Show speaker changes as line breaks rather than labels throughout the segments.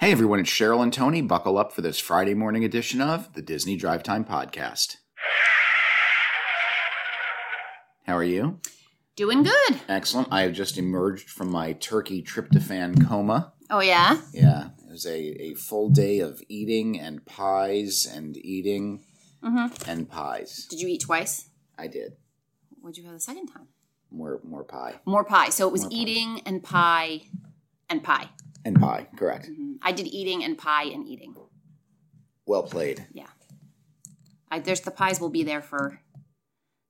Hey everyone, it's Cheryl and Tony. Buckle up for this Friday morning edition of the Disney Drive Time Podcast. How are you?
Doing good.
Excellent. I have just emerged from my turkey tryptophan coma.
Oh yeah.
Yeah, it was a, a full day of eating and pies and eating
Mm-hmm.
and pies.
Did you eat twice?
I did.
What'd you have the second time?
More more pie.
More pie. So it was
More pie.
eating and pie and pie.
And pie, correct.
Mhm. I did eating and pie and eating.
Well played.
Yeah. I, there's the pies will be there for.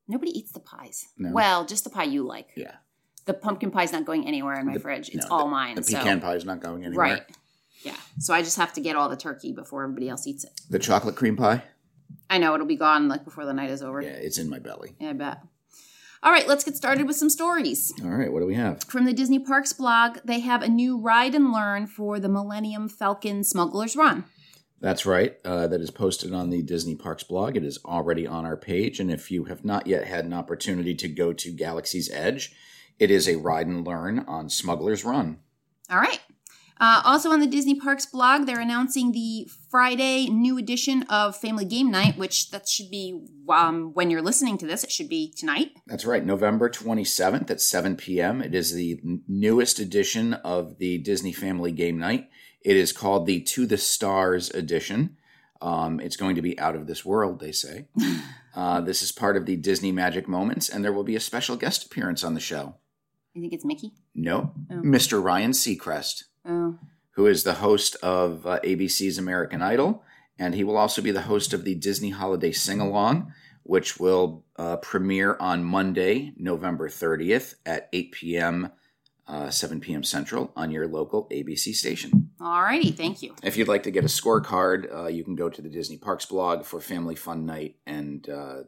Nobody eats the pies.
No.
Well, just the pie you like.
Yeah.
The pumpkin pie's not going anywhere in my fridge. It's
No,
all
the-
mine.
The
so.
pecan pie is not going anywhere.
Right. Yeah. So I just have to get all the turkey before everybody else eats it.
The chocolate cream pie?
I know it'll be gone like before the night is over.
Yeah, it's in my belly.
I bet. All right, let's get started with some stories.
All right, what do we have?
From the Disney Parks blog, they have a new ride and learn for the Millennium Falcon Smuggler's Run.
That's right. Uh, that is posted on the Disney Parks blog. It is already on our page. And if you have not yet had an opportunity to go to Galaxy's Edge, it is a ride and learn on Smuggler's Run.
All right. Uh, also on the Disney Parks blog, they're announcing the Friday new edition of Family Game Night, which that should be um, when you're listening to this. It should be tonight.
That's right, November 27th at 7 p.m. It is the n- newest edition of the Disney Family Game Night. It is called the To the Stars edition. Um, it's going to be out of this world, they say. Uh, this is part of the Disney Magic Moments, and there will be a special guest appearance on the show.
You think it's Mickey?
No,
Oh.
Mr. Ryan Seacrest.
Oh,
who is the host of uh, ABC's American Idol, and he will also be the host of the Disney Holiday Sing Along, which will uh, premiere on Monday, November 30th at 8 p.m., uh, 7 p.m. Central on your local ABC station.
all righty. Thank you.
If you'd like to get a scorecard, uh, you can go to the Disney Parks blog for Family Fun Night and uh,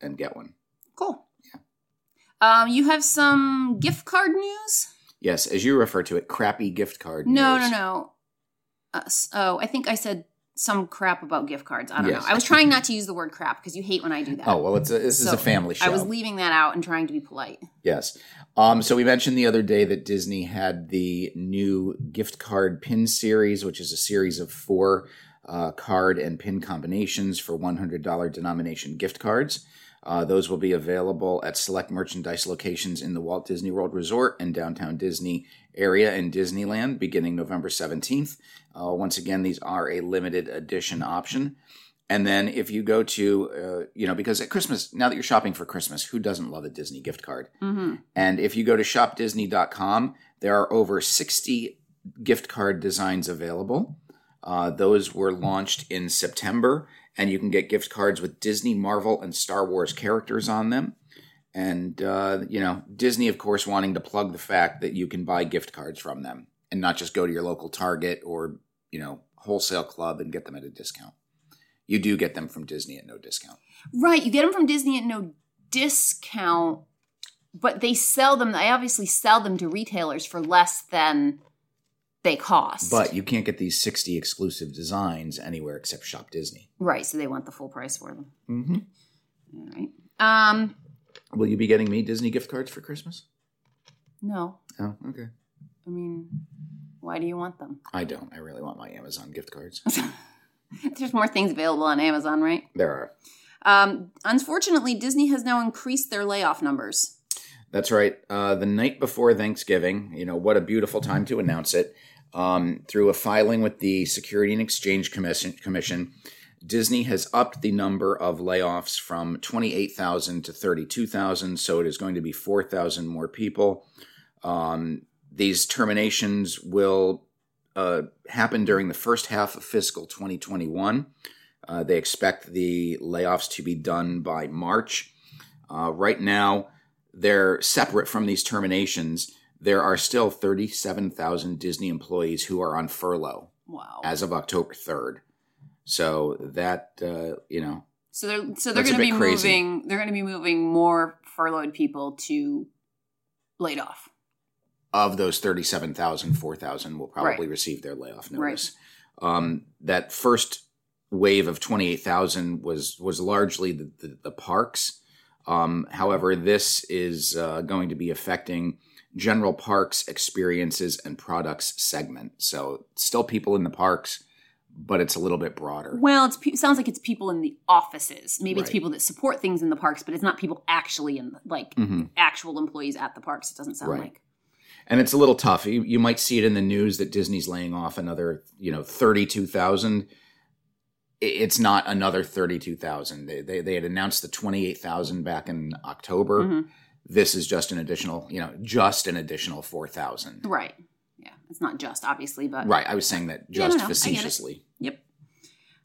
and get one.
Cool. Um, you have some gift card news?
Yes, as you refer to it, crappy gift card.
No, no,
news.
no. Uh, s- oh, I think I said some crap about gift cards. I don't
Yes.
know. I was trying not to use the word crap because you hate when I do that.
Oh well, it's a, this is
So,
a family show.
I was leaving that out and trying to be polite.
Yes. Um, so we mentioned the other day that Disney had the new gift card pin series, which is a series of four uh, card and pin combinations for $100 denomination gift cards. Uh, those will be available at select merchandise locations in the Walt Disney World Resort and downtown Disney area in Disneyland beginning November 17th. Uh, once again, these are a limited edition option. And then if you go to, uh, you know, because at Christmas, now that you're shopping for Christmas, who doesn't love a Disney gift card?
Mm-hmm.
And if you go to shopdisney.com, there are over 60 gift card designs available. Uh, those were launched in September, and you can get gift cards with Disney, Marvel, and Star Wars characters on them. And, uh, you know, Disney, of course, wanting to plug the fact that you can buy gift cards from them and not just go to your local Target or, you know, wholesale club and get them at a discount. You do get them from Disney at no discount.
Right. You get them from Disney at no discount, but they sell them. They obviously sell them to retailers for less than they cost.
But you can't get these 60 exclusive designs anywhere except Shop Disney.
right. So they want the full price for them.
Mm-hmm.
All right. Um,
Will you be getting me Disney gift cards for Christmas?
no.
Oh, okay.
I mean, why do you want them?
I don't. I really want my Amazon gift cards.
There's more things available on Amazon, right?
There are.
Um, unfortunately, Disney has now increased their layoff numbers.
That's right. Uh, the night before Thanksgiving, you know, what a beautiful time to announce it. Um, through a filing with the Security and Exchange Commission, Commission, Disney has upped the number of layoffs from 28,000 to 32,000. So it is going to be 4,000 more people. Um, these terminations will uh, happen during the first half of fiscal 2021. Uh, they expect the layoffs to be done by March. Uh, right now, they're separate from these terminations. There are still 37,000 Disney employees who are on furlough
Wow.
as of October 3rd. So that, uh, you know,
so they're so they're
That's a
going to
bit
be
crazy.
moving. They're going to be moving more furloughed people to laid off.
of those 37,000, 4,000 will probably receive their layoff notice. Um, that first wave of 28,000 was was largely the, the, the parks. Um, however, this is uh, going to be affecting general parks experiences and products segment. So still people in the parks, but it's a little bit broader.
Well, it's, it sounds like it's people in the offices. Maybe it's
Right.
people that support things in the parks, but it's not people actually in the, like
Mhm.
actual employees at the parks. It doesn't sound
Right.
like.
and it's a little tough. You, you might see it in the news that Disney's laying off another, you know, thirty-two thousand. It's not another thirty-two thousand. They, they they had announced the twenty-eight thousand back in October.
Mhm.
This is just an additional, you know, just an additional four thousand.
Right. Yeah. It's not just obviously, but
Right. I was saying that
Yeah, no,
just
no, I get it.
facetiously.
Yep.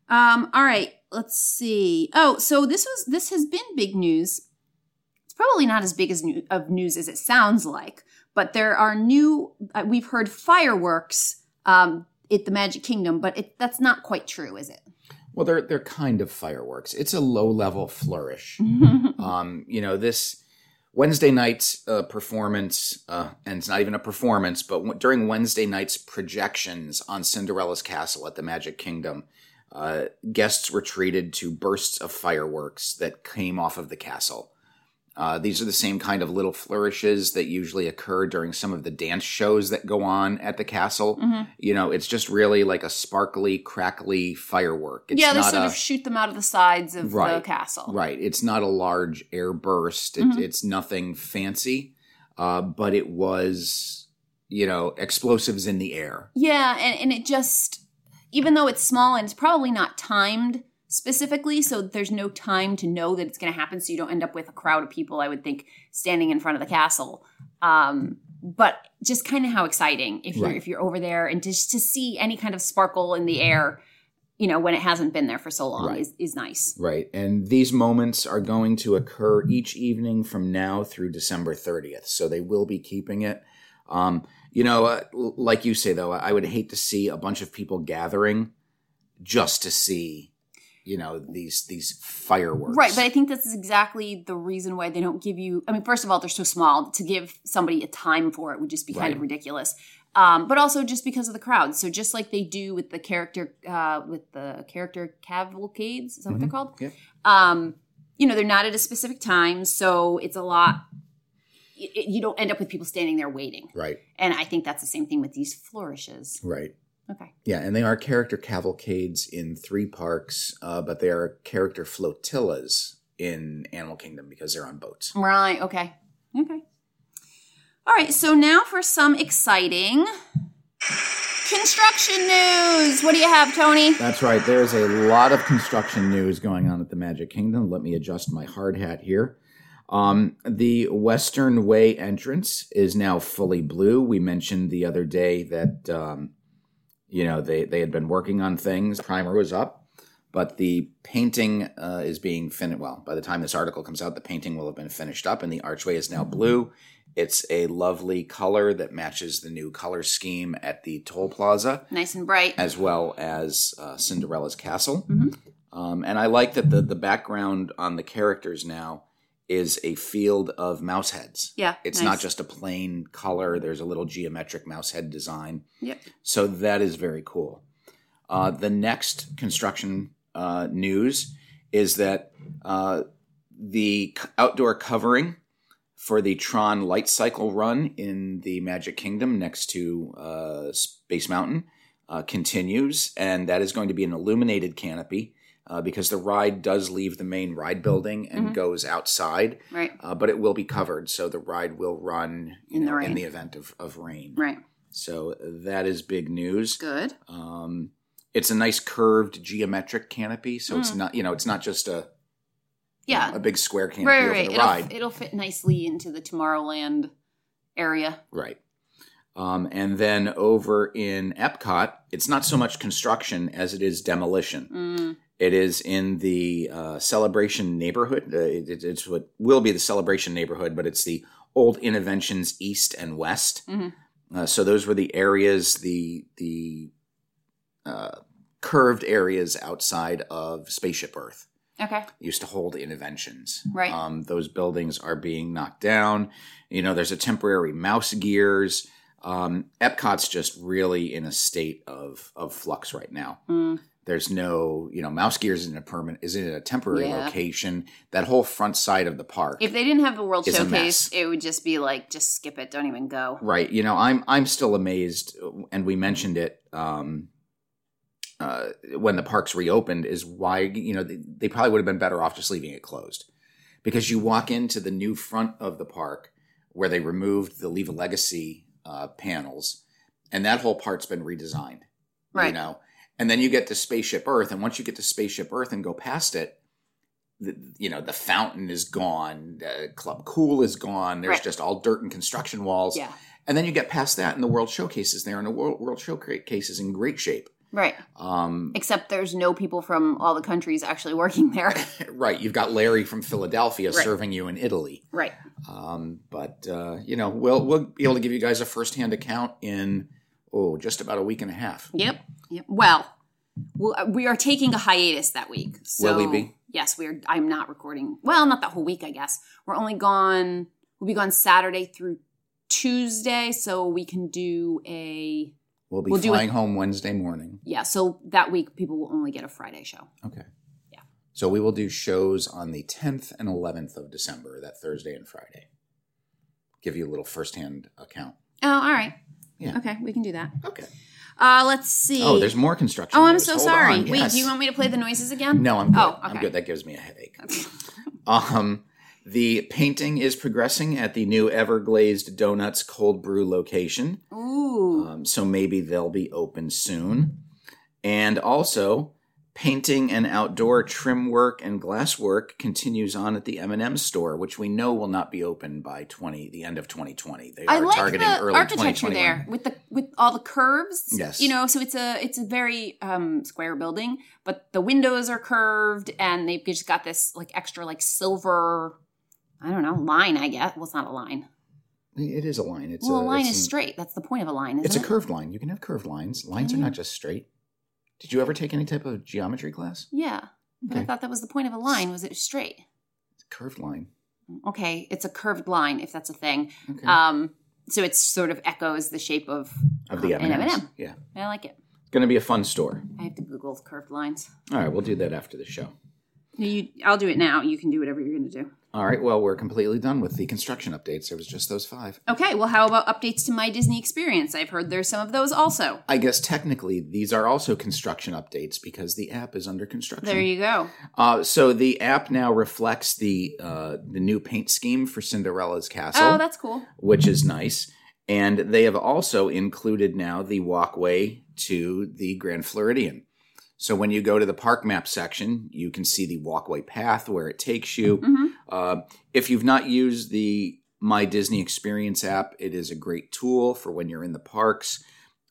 Um, all right, let's see. Oh, so this was this has been big news. It's probably not as big as new, of news as it sounds like, but there are new. Uh, we've heard fireworks um, at the Magic Kingdom, but it, that's not quite true, is it?
Well, they're they're kind of fireworks. It's a low-level flourish.
Mm-hmm.
um, you know this wednesday night's uh, performance uh, and it's not even a performance but w- during wednesday night's projections on cinderella's castle at the magic kingdom uh, guests were treated to bursts of fireworks that came off of the castle uh, these are the same kind of little flourishes that usually occur during some of the dance shows that go on at the castle.
Mhm.
You know, it's just really like a sparkly, crackly firework. It's
yeah, they
not
sort
a-
of shoot them out of the sides of the
Right,
castle.
Right. It's not a large air burst. It,
Mhm.
It's nothing fancy, uh, but it was, you know, explosives in the air.
Yeah, and, and it just, even though it's small and it's probably not timed specifically, so there's no time to know that it's going to happen, so you don't end up with a crowd of people, I would think, standing in front of the castle. Um, but just kind of how exciting if you're
Right.
if you're over there and just to see any kind of sparkle in the air, you know, when it hasn't been there for so long
Right.
is, is nice.
Right. And these moments are going to occur each evening from now through December 30th. So they will be keeping it. Um, you know, uh, l- like you say, though, I would hate to see a bunch of people gathering just to see, you know, these these fireworks.
Right, but I think this is exactly the reason why they don't give you. I mean, first of all, they're so small. To give somebody a time for it would just be kind of
Right.
ridiculous. Um, but also just because of the crowd. So just like they do with the character uh, with the character cavalcades, is that what they're called?
Mm-hmm. Yeah.
Um, you know, they're not at a specific time, so it's a lot. y- y- You don't end up with people standing there waiting,
Right.
and I think that's the same thing with these flourishes.
Right.
Okay.
Yeah, and they are character cavalcades in three parks, uh, but they are character flotillas in Animal Kingdom because they're on boats.
Right. Okay. Okay. All right. So now for some exciting construction news. What do you have, Tony?
That's right. There's a lot of construction news going on at the Magic Kingdom. Let me adjust my hard hat here. Um, the Western Way entrance is now fully blue. We mentioned the other day that um, you know they they had been working on things. Primer was up, but the painting uh, is being finished. Well, by the time this article comes out, the painting will have been finished up, and the archway is now blue. It's a lovely color that matches the new color scheme at the toll plaza
Nice and bright.
as well as uh, Cinderella's castle.
Mhm.
Um, and I like that the, the background on the characters now is a field of mouse heads.
Yeah.
It's
nice.
not just a plain color, there's a little geometric mouse head design.
Yep.
So that is very cool. Uh, the next construction uh, news is that uh, the c- outdoor covering for the Tron Light Cycle Run in the Magic Kingdom next to uh, Space Mountain uh, continues, and that is going to be an illuminated canopy uh, because the ride does leave the main ride building and
Mhm.
goes outside,
Right.
uh, but it will be covered, so the ride will run you
In the
know,
rain.
in the event of, of rain.
Right.
So that is big news.
Good.
Um, it's a nice curved geometric canopy, so it's
Mm.
not you know it's not just a
Yeah.
a big square canopy
Right.
over
Right.
the
right.
ride,
It'll, it'll fit nicely into the Tomorrowland area.
right? Um, and then over in Epcot, it's not so much construction as it is demolition.
Mm,
It is in the uh, Celebration neighborhood. Uh, it, it- it's what will be the Celebration neighborhood, but it's the old Interventions East and West.
Mhm.
Uh, so those were the areas, the the uh, curved areas outside of Spaceship Earth
okay.
used to hold interventions.
Right.
Um, those buildings are being knocked down. You know, there's a temporary mouse gears. Um, Epcot's just really in a state of of flux right now
Mm,
There's no, you know, Mouse Gear is in a permanent, is in a temporary
Yeah.
location. That whole front side of the park,
If they didn't have the World
It's a
Showcase,
mess.
it would just be like, just skip it, don't even go.
right? You know, I'm I'm still amazed, and we mentioned it um, uh, when the parks reopened. Is why you know they, they probably would have been better off just leaving it closed, because you walk into the new front of the park where they removed the Leave a Legacy uh, panels, and that whole part's been redesigned.
Right.
you know and then you get to spaceship earth and once you get to spaceship earth and go past it the, you know the fountain is gone uh, club cool is gone there's
Right.
just all dirt and construction walls
Yeah.
and then you get past that and the world showcases there and the world, world showcase is in great shape
Right.
um,
Except there's no people from all the countries actually working there.
right you've got larry from philadelphia
Right.
serving you in italy
right.
um, but uh, you know we'll, we'll be able to give you guys a firsthand account in oh just about a week and a half
Yep. Yep. Well, we'll uh, we are taking a hiatus that week. So,
Will we be?
Yes, we're. I'm not recording. Well, not that whole week, I guess. We're only gone. We'll be gone Saturday through Tuesday, so we can do a
we'll be
We'll do it-
flying home wednesday morning
yeah. So that week, people will only get a Friday show.
Okay.
Yeah.
So we will do shows on the 10th and 11th of December, that Thursday and Friday. Give you a little firsthand account.
Oh, all right.
Yeah.
Okay, we can do that.
Okay.
Uh, let's see.
Oh, there's more construction.
Oh, I'm
news.
so
Hold
sorry.
on.
Wait,
Yes.
do you want me to play the noises again?
No, I'm good.
Oh,
I'm
okay.
good. That gives me a headache. Um, the painting is progressing at the new Everglazed Donuts Cold Brew location.
Ooh.
Um, so maybe they'll be open soon. And also, painting and outdoor trim work and glass work continues on at the M&M store, which we know will not be open by 20 the end of 2020. They
I
are
like
targeting
the
early
architecture
2021.
there with the with all the curves.
Yes.
You know, so it's a it's a very um square building, but the windows are curved and they've just got this like extra like silver I don't know, line, I guess. Well, it's not a line.
It is a line. It's
well,
a,
a line
it's
is
an-
straight. That's the point of a line, isn't
It's a
it? Mm-hmm.
curved line. You can have curved lines. Lines are
Yeah.
not just straight. Did you ever take any type of geometry class?
yeah. But I
Okay.
thought that was the point of a line was it straight?
Curved line.
Okay, it's a curved line if that's a thing.
Okay.
Um so it sort of echoes the shape of
of the
an
M&Ms.
M&M.
Yeah.
I like it.
It's going to be a fun store.
I have to Google curved lines.
All right, we'll do that after the show.
No, you. I'll do it now. You can do whatever you're going to do.
All right, well, we're completely done with the construction updates. There was just those five.
Okay. Well, how about updates to my Disney experience? I've heard there's some of those also.
I guess technically these are also construction updates because the app is under construction.
There you go.
uh, so the app now reflects the uh, the new paint scheme for Cinderella's castle,
oh, that's cool.
which is nice. And they have also included now the walkway to the Grand Floridian. So when you go to the park map section, you can see the walkway path where it takes you.
hmm
Uh, if you've not used the My Disney Experience app, it is a great tool for when you're in the parks.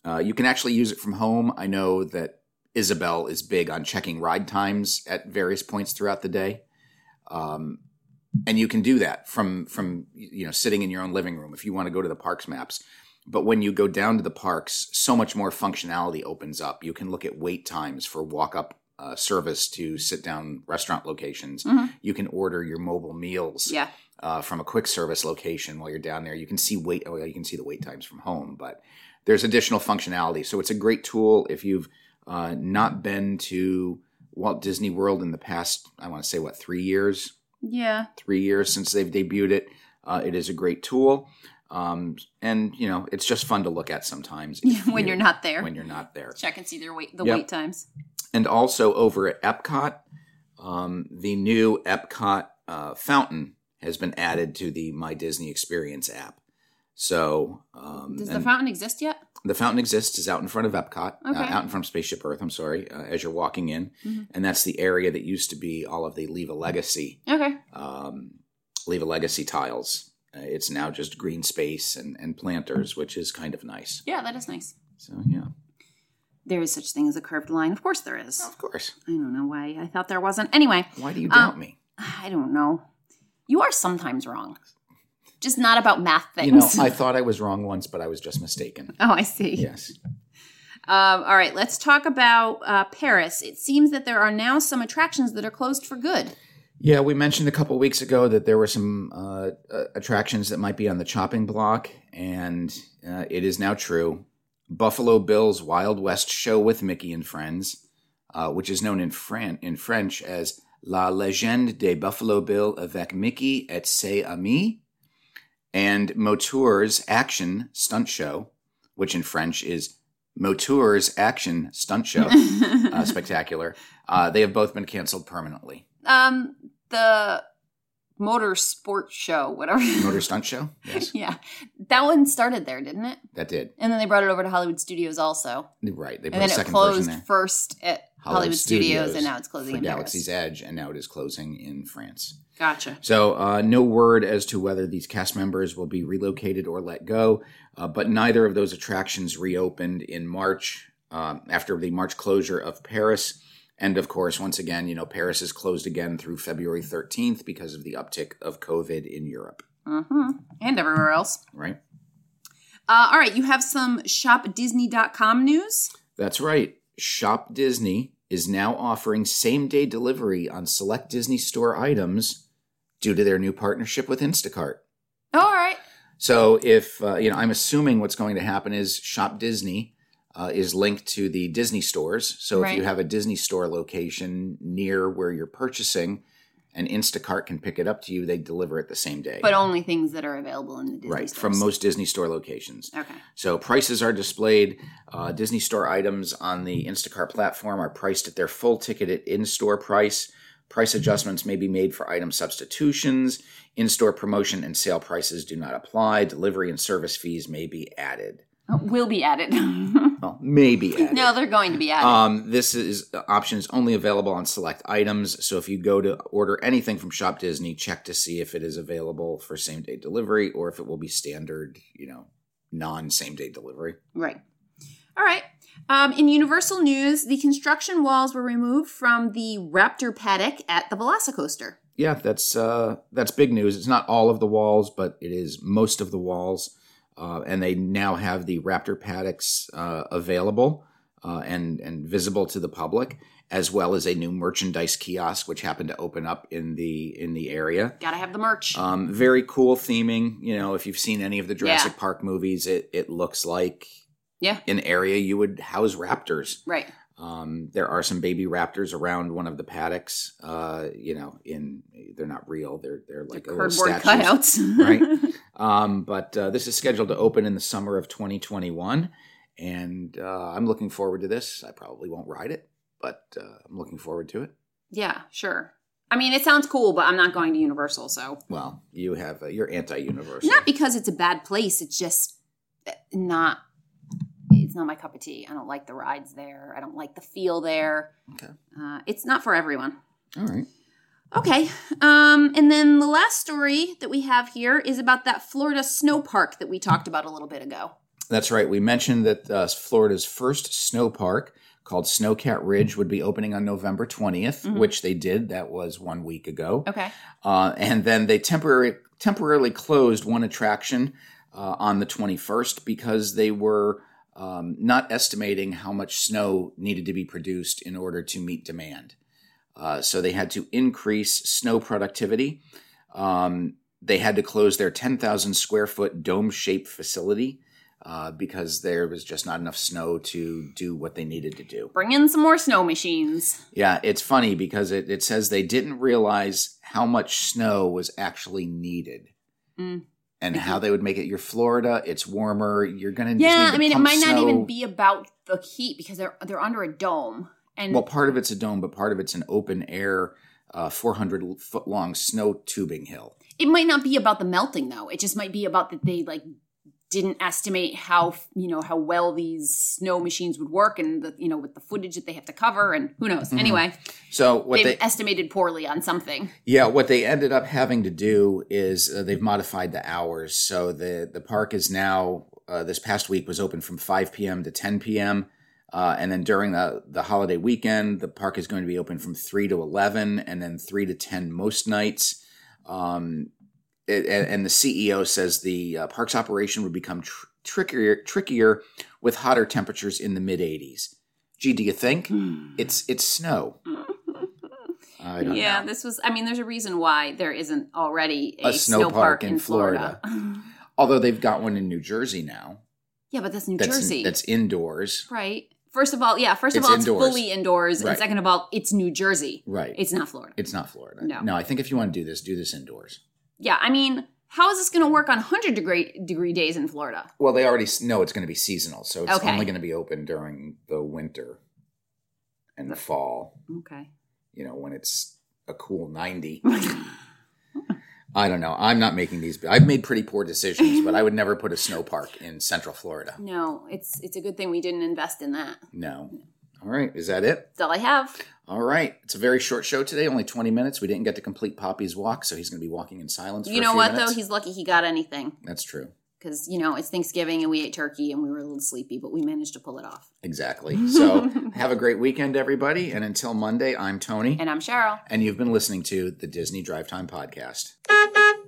Uh, you can actually use it from home. I know that Isabel is big on checking ride times at various points throughout the day, um, and you can do that from from you know sitting in your own living room if you want to go to the parks maps. But when you go down to the parks, so much more functionality opens up. You can look at wait times for walk up uh, service to sit down restaurant locations.
Mhm.
You can order your mobile meals
Yeah.
uh, from a quick service location while you're down there. You can see wait, well, you can see the wait times from home, but there's additional functionality. So it's a great tool if you've uh, not been to Walt Disney World in the past. I want to say what three years,
Yeah.
three years since they've debuted it. Uh, it is a great tool, um, and you know it's just fun to look at sometimes if
when
you-
you're not there,
when you're not there.
check and see their wait the
Yep.
wait times.
And also over at Epcot, um, the new Epcot uh, fountain has been added to the My Disney Experience app. So um,
Does the
and
fountain exist yet?
the fountain exists is out in front of Epcot, uh,
Okay.
out in front of Spaceship Earth. I'm sorry, uh, as you're walking in,
Mhm.
and that's the area that used to be all of the Leave a Legacy,
Okay.
um, Leave a Legacy tiles. Uh, it's now just green space and, and planters, which is kind of nice.
Yeah, that is nice.
So yeah,
There is such thing as a curved line. Of course there is.
of course.
I don't know why I thought there wasn't. Anyway,
Why do you
Um,
doubt me?
I don't know. You are sometimes wrong. Just not about math
You know,
things.
I thought I was wrong once, but I was just mistaken.
oh, I see.
Yes.
Um, all right, let's talk about uh, Paris. It seems that there are now some attractions that are closed for good.
Yeah, we mentioned a couple weeks ago that there were some uh, uh, attractions that might be on the chopping block, and uh, it is now true. Buffalo Bill's Wild West show with Mickey and friends uh, which is known in, Fran- in French as La Légende des Buffalo Bill avec Mickey et ses amis, and Moteur's Action Stunt Show, which in French is Moteur's Action Stunt Show uh, Spectacular. Uh, they have both been canceled permanently.
um, the motor sport show, whatever.
Motor Stunt Show? Yes,
yeah, that one started there, didn't it?
that did.
And then they brought it over to Hollywood Studios also,
Right. They put
and
a
then it
second
closed
version there.
first at Hollywood, Studios, and now it's closing
for
in
Galaxy's
Paris.
Edge, and now it is closing in France.
Gotcha.
So, uh, no word as to whether these cast members will be relocated or let go, uh, but neither of those attractions reopened in March um, after the March closure of Paris. And of course, once again, you know, Paris is closed again through February 13th because of the uptick of COVID in Europe,
hmm And everywhere else.
right?
Uh, all right, you have some shopdisney.com news.
That's right. Shop Disney is now offering same day delivery on select Disney store items due to their new partnership with Instacart.
All right.
So if uh, you know, I'm assuming what's going to happen is Shop Disney uh, is linked to the Disney stores. So if
Right.
you have a Disney store location near where you're purchasing, and Instacart can pick it up to you, they deliver it the same day.
But only things that are available in the Disney
right
stores.
from most Disney store locations.
Okay.
So prices are displayed. Uh, Disney store items on the Instacart platform are priced at their full ticket at in-store price. Price adjustments may be made for item substitutions. In-store promotion and sale prices do not apply. Delivery and service fees may be added.
Will be added. no,
Well, may be added.
they're going to be added.
Um, this is the option is only available on select items. So if you go to order anything from Shop Disney, check to see if it is available for same day delivery or if it will be standard, you know, non same day delivery.
right. All right. Um, in Universal news, the construction walls were removed from the Raptor paddock at the Velocicoaster.
yeah, that's uh, that's big news. It's not all of the walls, but it is most of the walls, uh, and they now have the raptor paddocks uh, available uh, and and visible to the public, as well as a new merchandise kiosk which happened to open up in the in the area.
Gotta have the merch.
Um, very cool theming. You know, if you've seen any of the Jurassic
Yeah.
Park movies, it it looks like
Yeah.
an area you would house raptors.
right.
Um, there are some baby raptors around one of the paddocks. Uh, you know, in they're not real; they're they're like
They're
little
cardboard
statues.
cutouts.
Right. Um, but uh, this is scheduled to open in the summer of 2021, and uh, I'm looking forward to this. I probably won't ride it, but uh, I'm looking forward to it.
yeah, sure. I mean, it sounds cool, but I'm not going to Universal, so.
Well, you have uh, you're anti-universal.
Not because it's a bad place. It's just not. It's not my cup of tea. I don't like the rides there. I don't like the feel there.
Okay.
Uh, it's not for everyone.
All right.
Okay. Um, and then the last story that we have here is about that Florida snow park that we talked about a little bit ago.
That's right. We mentioned that uh, Florida's first snow park called Snowcat Ridge would be opening on November 20th,
Mhm.
which they did. That was one week ago.
Okay.
Uh, and then they temporarily temporarily closed one attraction uh, on the 21st because they were um, not estimating how much snow needed to be produced in order to meet demand. Uh, so they had to increase snow productivity. Um, they had to close their 10,000 square foot dome shaped facility uh, because there was just not enough snow to do what they needed to do.
Bring in some more snow machines.
Yeah, it's funny because it, it says they didn't realize how much snow was actually needed.
Mm.
And how they would make it. You're Florida, it's warmer, you're gonna
Yeah.
just need
I
to
mean, it
pump
might not even
snow.
be about the heat because they're they're under a dome. And
Well, part of it's a dome, but part of it's an open air uh, 400 foot long snow tubing hill.
it might not be about the melting though it just might be about that they like didn't estimate how you know how well these snow machines would work and the you know with the footage that they have to cover and who knows
Mhm.
anyway
So what
they've
they
estimated poorly on something
Yeah, what they ended up having to do is uh, they've modified the hours. So the the park is now uh, this past week was open from 5 p.m. to 10 p.m. Uh, and then during the, the holiday weekend, the park is going to be open from 3 to 11 and then 3 to 10 most nights. Um, it, and, and the CEO says the uh, park's operation would become tr- trickier, trickier with hotter temperatures in the mid 80s. Gee, do you think? It's, it's snow. I don't know.
yeah this was i mean there's a reason why there isn't already a,
A snow park in Although they've got one in New Jersey now.
yeah but that's new
That's
jersey
that's indoors.
right First of all, yeah. First of
It's
all, it's
indoors.
fully indoors,
Right.
and second of all, it's New Jersey.
Right. It's,
It's not Florida.
not Florida.
No.
I think if you want to do this, do this indoors.
Yeah, I mean, how is this going to work on hundred degree degree days in Florida?
Well, they already s- know it's going to be seasonal, so it's
Okay.
only going to be open during the winter and the fall.
Okay.
You know, when it's a cool ninety. I don't know. I'm not making these. I've made pretty poor decisions, but I would never put a snow park in Central Florida.
no, it's it's a good thing we didn't invest in that.
No. All right. Is that it?
That's all I have.
All right. It's a very short show today, only 20 minutes. We didn't get to complete Poppy's walk, so he's going to be walking in silence. For
you
a
know
few
what
minutes.
though? He's lucky he got anything
That's true.
because you know it's Thanksgiving and we ate turkey and we were a little sleepy, but we managed to pull it off.
Exactly. So have a great weekend, everybody. And until Monday, I'm Tony,
And I'm Cheryl.
and you've been listening to the Disney Drive Time Podcast.
Thank